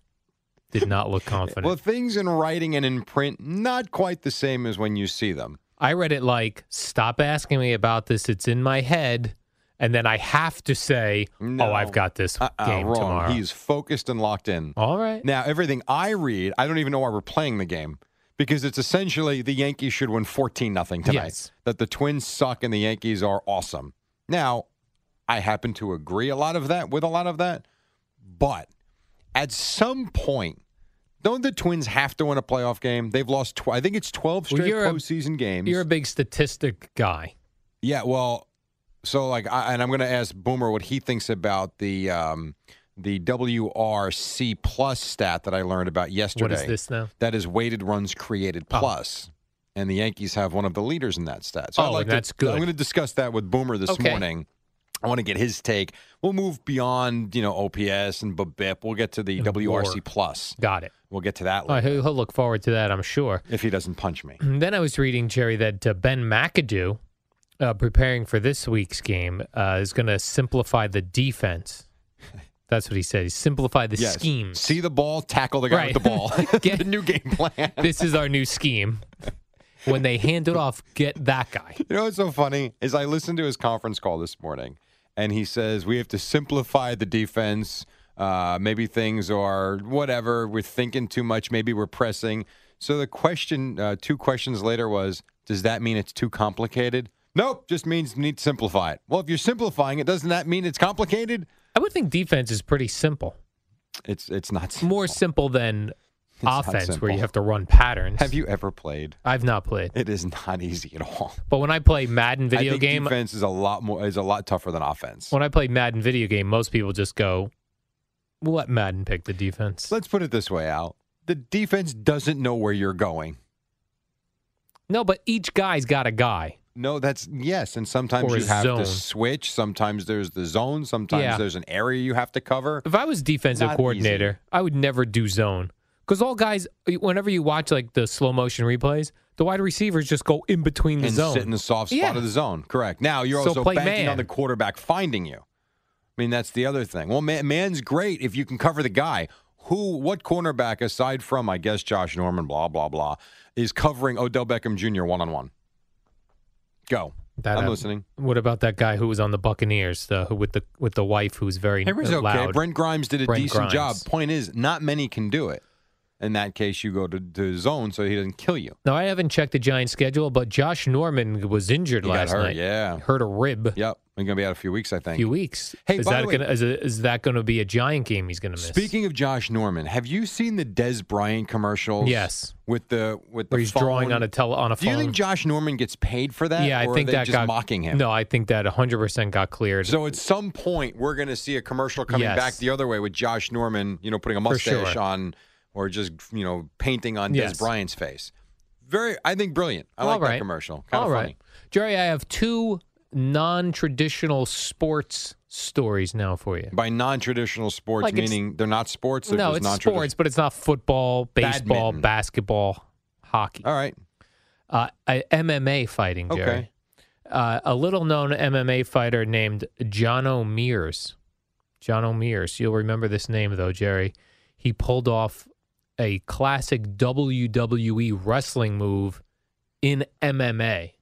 [SPEAKER 3] did not look confident.
[SPEAKER 2] Well, things in writing and in print, not quite the same as when you see them.
[SPEAKER 3] I read it like, stop asking me about this. It's in my head. And then I have to say,
[SPEAKER 2] No.
[SPEAKER 3] oh, I've got this
[SPEAKER 2] Uh-uh,
[SPEAKER 3] game
[SPEAKER 2] wrong.
[SPEAKER 3] tomorrow.
[SPEAKER 2] He's focused and locked in.
[SPEAKER 3] All right.
[SPEAKER 2] Now, everything I read, I don't even know why we're playing the game because it's essentially the Yankees should win 14 nothing tonight.
[SPEAKER 3] Yes.
[SPEAKER 2] That the Twins suck and the Yankees are awesome. Now, I happen to agree a lot of that with a lot of that, but at some point, don't the Twins have to win a playoff game? They've lost, tw- I think it's 12
[SPEAKER 3] Well,
[SPEAKER 2] straight
[SPEAKER 3] you're a-
[SPEAKER 2] postseason games.
[SPEAKER 3] You're a big statistic guy.
[SPEAKER 2] Yeah, well, so like, I, and I'm going to ask Boomer what he thinks about the um, the WRC plus stat that I learned about yesterday.
[SPEAKER 3] What is this now?
[SPEAKER 2] That is weighted runs created
[SPEAKER 3] Oh.
[SPEAKER 2] plus, and the Yankees have one of the leaders in that stat. So I'd
[SPEAKER 3] Oh,
[SPEAKER 2] like
[SPEAKER 3] and
[SPEAKER 2] to-
[SPEAKER 3] that's good.
[SPEAKER 2] I'm going to discuss that with Boomer this
[SPEAKER 3] Okay.
[SPEAKER 2] morning. I want to get his take. We'll move beyond you know OPS and BABIP. We'll get to the
[SPEAKER 3] And
[SPEAKER 2] WRC
[SPEAKER 3] WAR.
[SPEAKER 2] plus.
[SPEAKER 3] Got it.
[SPEAKER 2] We'll get to that
[SPEAKER 3] Oh,
[SPEAKER 2] later,
[SPEAKER 3] he'll, he'll look forward to that, I'm sure.
[SPEAKER 2] if he doesn't punch me.
[SPEAKER 3] And then I was reading, Jerry, that uh, Ben McAdoo, uh, preparing for this week's game, uh, is going to simplify
[SPEAKER 2] *laughs*
[SPEAKER 3] the defense. That's what he said. He simplified the
[SPEAKER 2] Yes.
[SPEAKER 3] scheme.
[SPEAKER 2] See the ball, *laughs* tackle the guy
[SPEAKER 3] *laughs* Right.
[SPEAKER 2] with the ball.
[SPEAKER 3] Get-
[SPEAKER 2] the new game plan.
[SPEAKER 3] This is our new scheme. when they hand it off, get that guy.
[SPEAKER 2] You know what's so funny is I listened to his conference call this morning, and he says we have to simplify the defense. Uh, maybe things are whatever. We're thinking too much. Maybe we're pressing. So the question, uh, two questions later, was does that mean it's too complicated? Nope, just means you need to simplify it. Well, if you're simplifying it, doesn't that mean it's complicated?
[SPEAKER 3] I would think defense is pretty simple,
[SPEAKER 2] It's it's not. simple.
[SPEAKER 3] more simple than
[SPEAKER 2] not
[SPEAKER 3] offense, where you
[SPEAKER 2] simple.
[SPEAKER 3] have to run patterns.
[SPEAKER 2] Have you ever played?
[SPEAKER 3] I've not played,
[SPEAKER 2] It is not easy at all.
[SPEAKER 3] but when I play Madden
[SPEAKER 2] I
[SPEAKER 3] video
[SPEAKER 2] think
[SPEAKER 3] game,
[SPEAKER 2] defense is a lot more is a lot tougher than offense.
[SPEAKER 3] when I play Madden video game, most people just go, "We'll let Madden pick the defense."
[SPEAKER 2] Let's put it this way, Al. The defense doesn't know where you're going.
[SPEAKER 3] No, but each guy's got a guy.
[SPEAKER 2] No, that's yes, and sometimes
[SPEAKER 3] Or
[SPEAKER 2] you
[SPEAKER 3] a
[SPEAKER 2] have
[SPEAKER 3] zone.
[SPEAKER 2] to switch. Sometimes there's the zone. Sometimes
[SPEAKER 3] Yeah.
[SPEAKER 2] there's an area you have to cover.
[SPEAKER 3] If I was defensive
[SPEAKER 2] Not easy.
[SPEAKER 3] coordinator, I would never do zone because all guys, whenever you watch like the slow motion replays, the wide receivers just go in between the
[SPEAKER 2] and
[SPEAKER 3] zone.
[SPEAKER 2] sit in the soft spot
[SPEAKER 3] Yeah.
[SPEAKER 2] of the zone. Correct. Now you're
[SPEAKER 3] So
[SPEAKER 2] also
[SPEAKER 3] play
[SPEAKER 2] banking
[SPEAKER 3] man.
[SPEAKER 2] on the quarterback finding you. I mean, that's the other thing. Well, man, man's great if you can cover the guy. Who, what cornerback aside from, I guess, Josh Norman, blah, blah, blah, is covering Odell Beckham Jr. one on one? Go.
[SPEAKER 3] That
[SPEAKER 2] I'm
[SPEAKER 3] happened.
[SPEAKER 2] listening.
[SPEAKER 3] What about that guy who was on the Buccaneers, the, who, with the with the wife who's very
[SPEAKER 2] Everyone's
[SPEAKER 3] uh,
[SPEAKER 2] okay.
[SPEAKER 3] loud?
[SPEAKER 2] Brent Grimes did a
[SPEAKER 3] Brent
[SPEAKER 2] decent job.
[SPEAKER 3] Grimes.
[SPEAKER 2] Point is, not many can do it. In that case, you go to, to zone so he doesn't kill you.
[SPEAKER 3] Now I haven't checked the Giants' schedule, but Josh Norman was injured
[SPEAKER 2] He got
[SPEAKER 3] last
[SPEAKER 2] hurt,
[SPEAKER 3] night.
[SPEAKER 2] yeah.
[SPEAKER 3] hurt a rib.
[SPEAKER 2] Yep. We're going to be out a few weeks, I think.
[SPEAKER 3] Few weeks.
[SPEAKER 2] Hey,
[SPEAKER 3] is
[SPEAKER 2] by
[SPEAKER 3] that
[SPEAKER 2] the way-
[SPEAKER 3] gonna, is, is that going to be a giant game he's going to miss?
[SPEAKER 2] Speaking of Josh Norman, have you seen the Des Bryant commercials?
[SPEAKER 3] Yes.
[SPEAKER 2] With the with the
[SPEAKER 3] where he's
[SPEAKER 2] phone?
[SPEAKER 3] drawing on a tele on a
[SPEAKER 2] Do you
[SPEAKER 3] phone.
[SPEAKER 2] think Josh Norman gets paid for that?
[SPEAKER 3] yeah, I
[SPEAKER 2] or
[SPEAKER 3] think
[SPEAKER 2] are they
[SPEAKER 3] that
[SPEAKER 2] just
[SPEAKER 3] got
[SPEAKER 2] mocking him.
[SPEAKER 3] No, I think that 100 percent got cleared.
[SPEAKER 2] So at some point we're going to see a commercial coming
[SPEAKER 3] Yes.
[SPEAKER 2] back the other way with Josh Norman, you know, putting a
[SPEAKER 3] For sure.
[SPEAKER 2] mustache on or just you know painting on Des
[SPEAKER 3] Yes.
[SPEAKER 2] Bryant's face. Very, I think, brilliant. I
[SPEAKER 3] All
[SPEAKER 2] like
[SPEAKER 3] right.
[SPEAKER 2] that commercial. Kind
[SPEAKER 3] All
[SPEAKER 2] of
[SPEAKER 3] right,
[SPEAKER 2] funny.
[SPEAKER 3] Jerry, I have two non-traditional sports stories now for you.
[SPEAKER 2] By non-traditional sports,
[SPEAKER 3] Like it's-
[SPEAKER 2] meaning they're not sports. They're
[SPEAKER 3] no,
[SPEAKER 2] just
[SPEAKER 3] it's
[SPEAKER 2] non-traditional.
[SPEAKER 3] sports, but it's not football, baseball,
[SPEAKER 2] Badminton.
[SPEAKER 3] basketball, hockey.
[SPEAKER 2] All right.
[SPEAKER 3] Uh, uh, MMA fighting, Jerry.
[SPEAKER 2] Okay.
[SPEAKER 3] Uh, a little-known MMA fighter named John O'Mears. John O'Mears. You'll remember this name, though, Jerry. He pulled off a classic WWE wrestling move in MMA.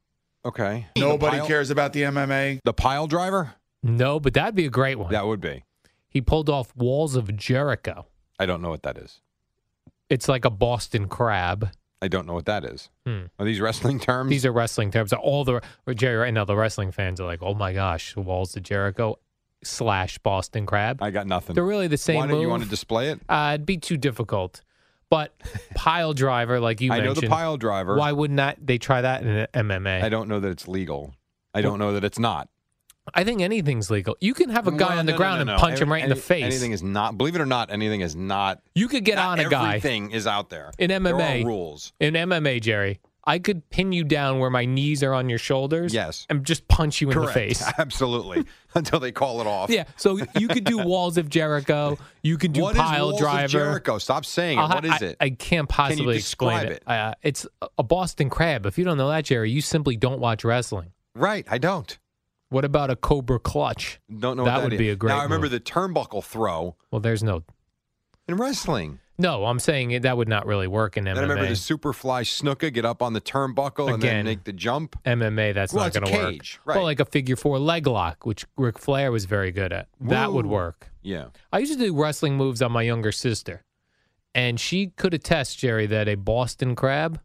[SPEAKER 2] Okay.
[SPEAKER 5] Nobody
[SPEAKER 2] the pile,
[SPEAKER 5] cares about the MMA.
[SPEAKER 2] The pile driver.
[SPEAKER 3] No, but that'd be a great one.
[SPEAKER 2] That would be.
[SPEAKER 3] He pulled off Walls of Jericho.
[SPEAKER 2] I don't know what that is.
[SPEAKER 3] It's like a Boston crab.
[SPEAKER 2] I don't know what that is.
[SPEAKER 3] Hmm.
[SPEAKER 2] Are these wrestling terms?
[SPEAKER 3] These are wrestling terms. All the Jerry right now, the wrestling fans are like, "Oh my gosh, Walls of Jericho slash Boston crab."
[SPEAKER 2] I got nothing.
[SPEAKER 3] They're really the same.
[SPEAKER 2] Why don't you want to
[SPEAKER 3] move.
[SPEAKER 2] display it?
[SPEAKER 3] Uh, it'd be too difficult.
[SPEAKER 2] *laughs*
[SPEAKER 3] But pile driver, like you
[SPEAKER 2] I know
[SPEAKER 3] mentioned,
[SPEAKER 2] the pile driver.
[SPEAKER 3] Why wouldn't that they try that in an MMA?
[SPEAKER 2] I don't know that it's legal. I don't know that it's not.
[SPEAKER 3] I think anything's legal. You can have a guy
[SPEAKER 2] Well,
[SPEAKER 3] on the
[SPEAKER 2] no, no,
[SPEAKER 3] ground
[SPEAKER 2] no, no.
[SPEAKER 3] and punch
[SPEAKER 2] Every-
[SPEAKER 3] him right in the
[SPEAKER 2] any-
[SPEAKER 3] face.
[SPEAKER 2] Anything is not. Believe it or not, anything is not.
[SPEAKER 3] you could get
[SPEAKER 2] not
[SPEAKER 3] on a guy.
[SPEAKER 2] Everything is out there
[SPEAKER 3] In
[SPEAKER 2] There are
[SPEAKER 3] MMA.
[SPEAKER 2] rules.
[SPEAKER 3] In MMA, Jerry, I could pin you down where my knees are on your shoulders.
[SPEAKER 2] Yes.
[SPEAKER 3] And just punch you in
[SPEAKER 2] Correct.
[SPEAKER 3] the face.
[SPEAKER 2] *laughs* Absolutely. Until they call it off.
[SPEAKER 3] yeah. So you
[SPEAKER 2] *laughs*
[SPEAKER 3] could do Walls of Jericho. You could do
[SPEAKER 2] What is
[SPEAKER 3] Pile
[SPEAKER 2] Walls of
[SPEAKER 3] Driver.
[SPEAKER 2] Jericho? Stop saying
[SPEAKER 3] I'll
[SPEAKER 2] it.
[SPEAKER 3] ha-
[SPEAKER 2] What is
[SPEAKER 3] I,
[SPEAKER 2] it?
[SPEAKER 3] I can't possibly explain
[SPEAKER 2] describe
[SPEAKER 3] it. Uh, it's a- a Boston crab. If you don't know that, Jerry, you simply don't watch wrestling.
[SPEAKER 2] right. I don't.
[SPEAKER 3] What about a Cobra clutch?
[SPEAKER 2] Don't know
[SPEAKER 3] That
[SPEAKER 2] what that
[SPEAKER 3] would
[SPEAKER 2] is.
[SPEAKER 3] be a great
[SPEAKER 2] Now I remember
[SPEAKER 3] move.
[SPEAKER 2] the turnbuckle throw
[SPEAKER 3] Well, there's no.
[SPEAKER 2] in wrestling.
[SPEAKER 3] No, I'm saying it, that would not really work in MMA.
[SPEAKER 2] Then I remember the superfly snooker get up on the turnbuckle and
[SPEAKER 3] Again.
[SPEAKER 2] then make the jump.
[SPEAKER 3] MMA, that's
[SPEAKER 2] Well,
[SPEAKER 3] not
[SPEAKER 2] it's a
[SPEAKER 3] going to work.
[SPEAKER 2] cage,
[SPEAKER 3] Well,
[SPEAKER 2] right.
[SPEAKER 3] like a figure four leg lock, which Ric Flair was very good at. That would
[SPEAKER 2] Woo.
[SPEAKER 3] work.
[SPEAKER 2] Yeah.
[SPEAKER 3] I used to do wrestling moves on my younger sister, and she could attest, Jerry, that a Boston crab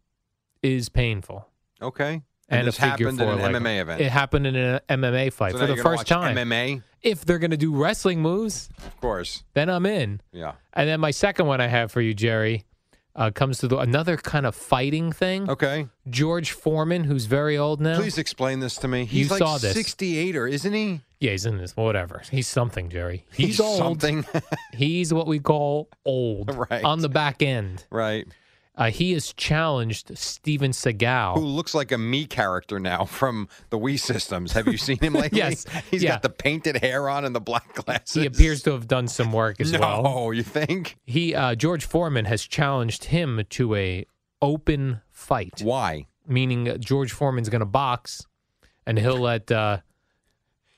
[SPEAKER 3] is painful.
[SPEAKER 2] Okay.
[SPEAKER 3] And,
[SPEAKER 2] this
[SPEAKER 3] a figure
[SPEAKER 2] happened
[SPEAKER 3] four
[SPEAKER 2] in an
[SPEAKER 3] leg-
[SPEAKER 2] MMA event.
[SPEAKER 3] It happened in an MMA fight
[SPEAKER 2] So now
[SPEAKER 3] for the
[SPEAKER 2] you're gonna
[SPEAKER 3] first
[SPEAKER 2] watch
[SPEAKER 3] time.
[SPEAKER 2] MMA,
[SPEAKER 3] If they're going to do wrestling moves,
[SPEAKER 2] of course.
[SPEAKER 3] then I'm in.
[SPEAKER 2] Yeah.
[SPEAKER 3] And then my second one I have for you, Jerry, uh, comes to the, another kind of fighting thing.
[SPEAKER 2] Okay.
[SPEAKER 3] George Foreman, who's very old now.
[SPEAKER 2] Please explain this to me. He's
[SPEAKER 3] You
[SPEAKER 2] like
[SPEAKER 3] saw this.
[SPEAKER 2] 68 or isn't he?
[SPEAKER 3] Yeah, he's in this. Whatever. He's something, Jerry. He's, old.
[SPEAKER 2] something.
[SPEAKER 3] He's what we call old
[SPEAKER 2] Right.
[SPEAKER 3] on the back end.
[SPEAKER 2] right.
[SPEAKER 3] Uh, he has challenged Steven Seagal.
[SPEAKER 2] Who looks like a me character now from the Wii systems. Have you seen
[SPEAKER 3] *laughs*
[SPEAKER 2] him lately?
[SPEAKER 3] Yes,
[SPEAKER 2] He's
[SPEAKER 3] yeah.
[SPEAKER 2] got the painted hair on and the black glasses.
[SPEAKER 3] he appears to have done some work as
[SPEAKER 2] no,
[SPEAKER 3] well.
[SPEAKER 2] you think?
[SPEAKER 3] He uh, George Foreman has challenged him to a open fight,
[SPEAKER 2] Why?
[SPEAKER 3] meaning uh, George Foreman's going to box, and he'll let uh,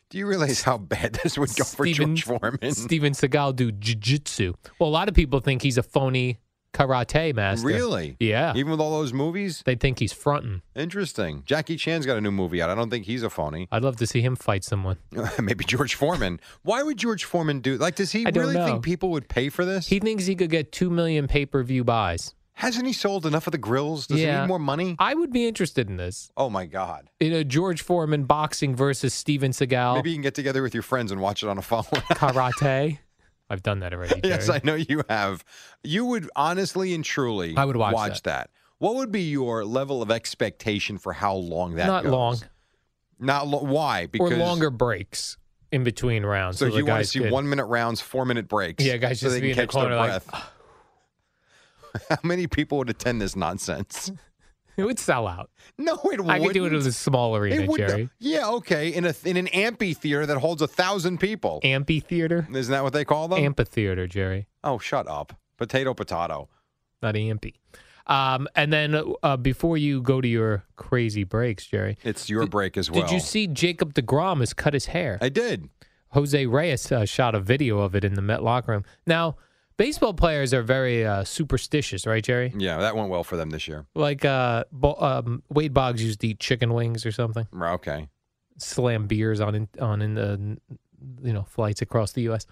[SPEAKER 2] Do you realize how bad this would go for
[SPEAKER 3] Steven,
[SPEAKER 2] George Foreman? *laughs*
[SPEAKER 3] Steven Seagal do jiu-jitsu. Well, a lot of people think he's a phony karate master.
[SPEAKER 2] Really?
[SPEAKER 3] Yeah.
[SPEAKER 2] Even with all those movies?
[SPEAKER 3] They think he's fronting.
[SPEAKER 2] Interesting. Jackie Chan's got a new movie out. I don't think he's a phony.
[SPEAKER 3] I'd love to see him fight someone.
[SPEAKER 2] *laughs* Maybe George Foreman. Why would George Foreman do like does he
[SPEAKER 3] I don't
[SPEAKER 2] really
[SPEAKER 3] know.
[SPEAKER 2] think people would pay for this?
[SPEAKER 3] He thinks he could get 2 million pay per view buys.
[SPEAKER 2] Hasn't he sold enough of the grills? Does he
[SPEAKER 3] Yeah.
[SPEAKER 2] need more money?
[SPEAKER 3] I would be interested in this.
[SPEAKER 2] Oh my god.
[SPEAKER 3] In a George Foreman boxing versus Steven Seagal
[SPEAKER 2] Maybe you can get together with your friends and watch it on a phone.
[SPEAKER 3] karate. I've done that already.
[SPEAKER 2] *laughs* yes,
[SPEAKER 3] Jerry.
[SPEAKER 2] I know you have. You would honestly and truly
[SPEAKER 3] I would watch
[SPEAKER 2] that. What would be your level of expectation for how long that
[SPEAKER 3] Not
[SPEAKER 2] goes?
[SPEAKER 3] long.
[SPEAKER 2] Not lo- why? Because
[SPEAKER 3] or longer breaks in between rounds.
[SPEAKER 2] So,
[SPEAKER 3] the
[SPEAKER 2] you want to
[SPEAKER 3] guys
[SPEAKER 2] see
[SPEAKER 3] could-
[SPEAKER 2] one minute rounds, four minute breaks.
[SPEAKER 3] Yeah, guys
[SPEAKER 2] so
[SPEAKER 3] just
[SPEAKER 2] they
[SPEAKER 3] be
[SPEAKER 2] can
[SPEAKER 3] in the
[SPEAKER 2] catch their
[SPEAKER 3] corner like,
[SPEAKER 2] breath. *laughs* How many people would attend this nonsense?
[SPEAKER 3] *laughs* It would sell out.
[SPEAKER 2] No, it wouldn't.
[SPEAKER 3] I could do it in a small arena,
[SPEAKER 2] It would
[SPEAKER 3] Jerry.
[SPEAKER 2] Yeah, okay, in a in an amphitheater that holds a thousand people.
[SPEAKER 3] Amphitheater?
[SPEAKER 2] Isn't that what they call them?
[SPEAKER 3] Amphitheater, Jerry.
[SPEAKER 2] oh, shut up. Potato, potato.
[SPEAKER 3] Not ampy. Um, and then uh, before you go to your crazy breaks, Jerry,
[SPEAKER 2] It's your break as well.
[SPEAKER 3] did you see Jacob DeGrom has cut his hair?
[SPEAKER 2] I did.
[SPEAKER 3] Jose Reyes uh, shot a video of it in the Met locker room. Now, baseball players are very uh, superstitious, right, Jerry?
[SPEAKER 2] Yeah, that went well for them this year.
[SPEAKER 3] Like uh, Bo- um, Wade Boggs used to eat chicken wings or something,
[SPEAKER 2] Right, Okay.
[SPEAKER 3] slam beers on in, on in the you know flights across the U.S.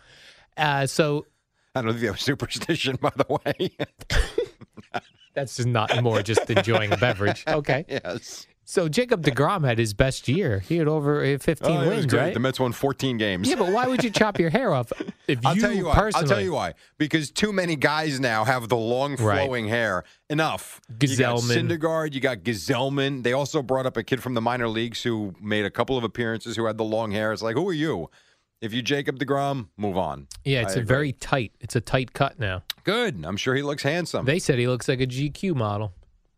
[SPEAKER 3] Uh, so
[SPEAKER 2] I don't think that was superstition, by the way.
[SPEAKER 3] *laughs* that's just not more just enjoying
[SPEAKER 2] *laughs*
[SPEAKER 3] a beverage. Okay.
[SPEAKER 2] yes.
[SPEAKER 3] So Jacob DeGrom had his best year. He had over uh, 15
[SPEAKER 2] Oh, it was
[SPEAKER 3] wins,
[SPEAKER 2] great.
[SPEAKER 3] right?
[SPEAKER 2] The Mets won 14 games.
[SPEAKER 3] yeah, but why would you chop your
[SPEAKER 2] *laughs*
[SPEAKER 3] hair off if
[SPEAKER 2] I'll
[SPEAKER 3] you,
[SPEAKER 2] tell you why.
[SPEAKER 3] personally?
[SPEAKER 2] I'll tell you why. Because too many guys now have the long
[SPEAKER 3] Right.
[SPEAKER 2] flowing hair. Enough.
[SPEAKER 3] Gazelman.
[SPEAKER 2] You got Syndergaard. You got Gazelman. They also brought up a kid from the minor leagues who made a couple of appearances who had the long hair. It's like, who are you? If you Jacob Degrom, move on.
[SPEAKER 3] Yeah, it's
[SPEAKER 2] I
[SPEAKER 3] a
[SPEAKER 2] agree.
[SPEAKER 3] very tight. It's a tight cut now.
[SPEAKER 2] good. I'm sure he looks handsome.
[SPEAKER 3] They said he looks like a GQ model.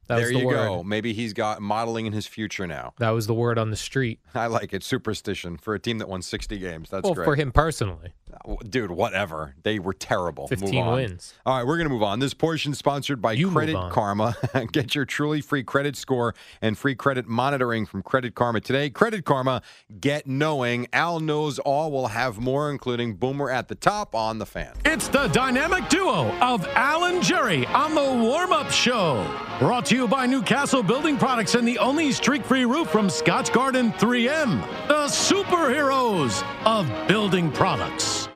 [SPEAKER 3] That
[SPEAKER 2] there
[SPEAKER 3] was the
[SPEAKER 2] you
[SPEAKER 3] word.
[SPEAKER 2] go. Maybe he's got modeling in his future now.
[SPEAKER 3] That was the word on the street.
[SPEAKER 2] *laughs* I like it. Superstition for a team that won 60 games. That's
[SPEAKER 3] well,
[SPEAKER 2] great. Uh,
[SPEAKER 3] for him personally,
[SPEAKER 2] Dude, whatever. They were terrible. Move
[SPEAKER 3] 15
[SPEAKER 2] on.
[SPEAKER 3] wins.
[SPEAKER 2] All right, we're going to move on. This portion sponsored by
[SPEAKER 3] You move
[SPEAKER 2] Credit
[SPEAKER 3] on.
[SPEAKER 2] Karma. Get your truly free credit score and free credit monitoring from Credit Karma today. Credit Karma, get knowing. Al knows all. We'll have more, including Boomer at the top on the fan.
[SPEAKER 4] It's the dynamic duo of Alan Jerry on the warm up show. Brought to you by Newcastle Building Products and the only streak free roof from Scotch Garden 3M, the superheroes of building products.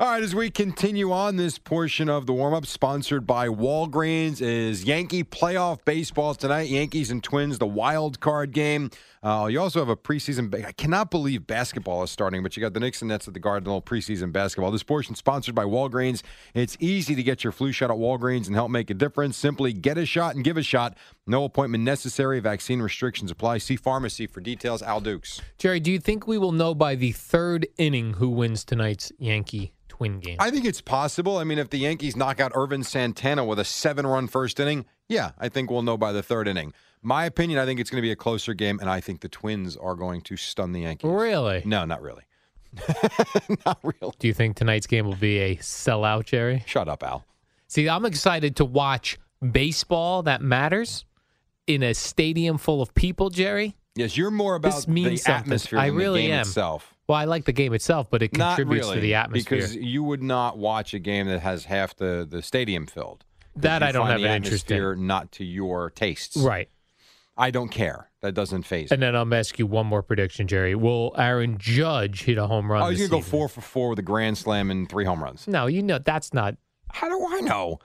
[SPEAKER 2] All right, as we continue on this portion of the warm up, sponsored by Walgreens, is Yankee playoff baseball tonight. Yankees and Twins, the wild card game. Uh, you also have a preseason. ba- I cannot believe basketball is starting, but you got the Knicks and Nets at the Garden Hall preseason basketball. This portion sponsored by Walgreens. It's easy to get your flu shot at Walgreens and help make a difference. Simply get a shot and give a shot. No appointment necessary. Vaccine restrictions apply. See pharmacy for details. Al Dukes.
[SPEAKER 3] Jerry, do you think we will know by the third inning who wins tonight's Yankee twin game?
[SPEAKER 2] I think it's possible. I mean, if the Yankees knock out Irvin Santana with a seven run first inning, yeah, I think we'll know by the third inning. My opinion, I think it's going to be a closer game, and I think the Twins are going to stun the Yankees.
[SPEAKER 3] really?
[SPEAKER 2] No, not really. *laughs* not really.
[SPEAKER 3] Do you think tonight's game will be a sellout, Jerry?
[SPEAKER 2] Shut up, Al.
[SPEAKER 3] See, I'm excited to watch baseball that matters in a stadium full of people, Jerry.
[SPEAKER 2] Yes, you're more about
[SPEAKER 3] This means
[SPEAKER 2] the
[SPEAKER 3] something.
[SPEAKER 2] atmosphere
[SPEAKER 3] I
[SPEAKER 2] than the
[SPEAKER 3] really
[SPEAKER 2] game
[SPEAKER 3] am.
[SPEAKER 2] itself.
[SPEAKER 3] Well, I like the game itself, but it
[SPEAKER 2] Not
[SPEAKER 3] contributes
[SPEAKER 2] really,
[SPEAKER 3] to the atmosphere.
[SPEAKER 2] because you would not watch a game that has half the, the stadium filled. 'Cause
[SPEAKER 3] That
[SPEAKER 2] you
[SPEAKER 3] I don't
[SPEAKER 2] find
[SPEAKER 3] have
[SPEAKER 2] the
[SPEAKER 3] an interest in.
[SPEAKER 2] atmosphere Not to your tastes.
[SPEAKER 3] right.
[SPEAKER 2] I don't care. That doesn't phase me.
[SPEAKER 3] And then I'm ask you one more prediction, Jerry. Will Aaron Judge hit a home run?
[SPEAKER 2] Oh, he's
[SPEAKER 3] this
[SPEAKER 2] gonna go
[SPEAKER 3] evening?
[SPEAKER 2] four for four with a grand slam and three home runs.
[SPEAKER 3] No, you know that's not.
[SPEAKER 2] How do I know?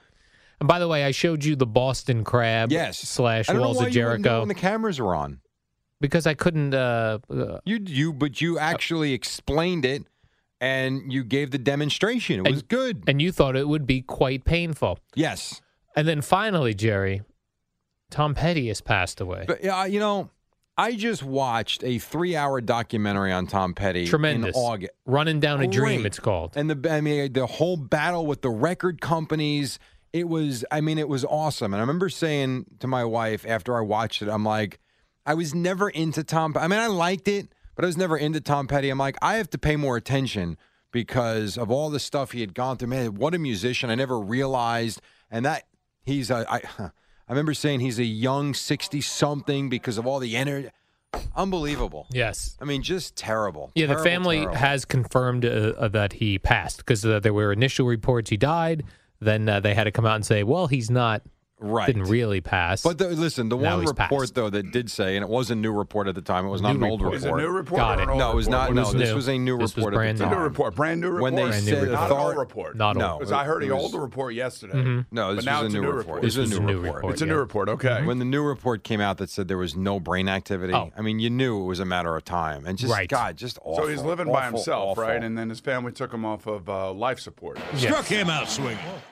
[SPEAKER 3] And by the way, I showed you the Boston Crab
[SPEAKER 2] Yes.
[SPEAKER 3] slash
[SPEAKER 2] I don't know
[SPEAKER 3] Walls
[SPEAKER 2] why
[SPEAKER 3] of
[SPEAKER 2] you wouldn't know
[SPEAKER 3] Jericho
[SPEAKER 2] when the cameras are on.
[SPEAKER 3] because I couldn't. Uh, uh,
[SPEAKER 2] You you, but you actually explained it, and you gave the demonstration. It
[SPEAKER 3] And-
[SPEAKER 2] was good.
[SPEAKER 3] and you thought it would be quite painful.
[SPEAKER 2] yes,
[SPEAKER 3] And then finally, Jerry, Tom Petty has passed away.
[SPEAKER 2] but yeah, you know, I just watched a three-hour documentary on Tom Petty.
[SPEAKER 3] Tremendous.
[SPEAKER 2] In August.
[SPEAKER 3] Running down a dream,
[SPEAKER 2] Great.
[SPEAKER 3] it's called.
[SPEAKER 2] And the I mean the whole battle with the record companies, it was I mean it was awesome. And I remember saying to my wife after I watched it, I'm like, I was never into Tom. I mean I liked it, but I was never into Tom Petty. I'm like, I have to pay more attention because of all the stuff he had gone through. Man, what a musician! I never realized, and that he's a, I. I remember saying he's a young 60 something because of all the energy. Unbelievable.
[SPEAKER 3] Yes.
[SPEAKER 2] I mean, just terrible.
[SPEAKER 3] Yeah,
[SPEAKER 2] Terrible,
[SPEAKER 3] the family
[SPEAKER 2] terrible.
[SPEAKER 3] has confirmed uh, uh, that he passed because uh, there were initial reports he died. then uh, they had to come out and say, well, he's not,
[SPEAKER 2] Right.
[SPEAKER 3] didn't really pass.
[SPEAKER 2] But the, listen, the
[SPEAKER 3] Now
[SPEAKER 2] one
[SPEAKER 3] he's
[SPEAKER 2] report
[SPEAKER 3] passed.
[SPEAKER 2] though that did say, and it was a new report at the time. It was not
[SPEAKER 3] New
[SPEAKER 2] an old
[SPEAKER 3] report.
[SPEAKER 2] report.
[SPEAKER 3] Is
[SPEAKER 5] It's a new report.
[SPEAKER 3] Got
[SPEAKER 5] or
[SPEAKER 3] it.
[SPEAKER 5] an old
[SPEAKER 2] No, it was
[SPEAKER 5] report?
[SPEAKER 2] not.
[SPEAKER 3] It was
[SPEAKER 2] no, this
[SPEAKER 3] new.
[SPEAKER 2] was a new
[SPEAKER 3] This was
[SPEAKER 2] report. at
[SPEAKER 3] brand
[SPEAKER 2] the
[SPEAKER 5] It's a
[SPEAKER 2] time.
[SPEAKER 5] new report. Brand new report.
[SPEAKER 2] When they
[SPEAKER 3] Brand new
[SPEAKER 2] said
[SPEAKER 3] report.
[SPEAKER 5] not an old
[SPEAKER 2] author-
[SPEAKER 5] report.
[SPEAKER 3] not
[SPEAKER 2] No.
[SPEAKER 3] old. Mm-hmm.
[SPEAKER 5] Because I heard
[SPEAKER 2] It
[SPEAKER 5] the
[SPEAKER 2] was-
[SPEAKER 5] old report yesterday.
[SPEAKER 2] no,
[SPEAKER 5] But
[SPEAKER 2] this
[SPEAKER 5] now
[SPEAKER 2] was
[SPEAKER 5] it's
[SPEAKER 2] a new report. This
[SPEAKER 3] This
[SPEAKER 2] was a
[SPEAKER 3] is
[SPEAKER 2] new report.
[SPEAKER 5] It's a
[SPEAKER 3] yeah.
[SPEAKER 5] new report. Okay.
[SPEAKER 2] When the new report came out that said there was no brain activity,
[SPEAKER 3] Oh.
[SPEAKER 2] I mean, you knew it was a matter of time. And just
[SPEAKER 3] Right.
[SPEAKER 2] God, just awful.
[SPEAKER 5] so he's living by
[SPEAKER 2] awful,
[SPEAKER 5] himself,
[SPEAKER 2] awful.
[SPEAKER 5] right? And then his family took him off of uh, life support.
[SPEAKER 3] Yes.
[SPEAKER 6] Struck him out swinging.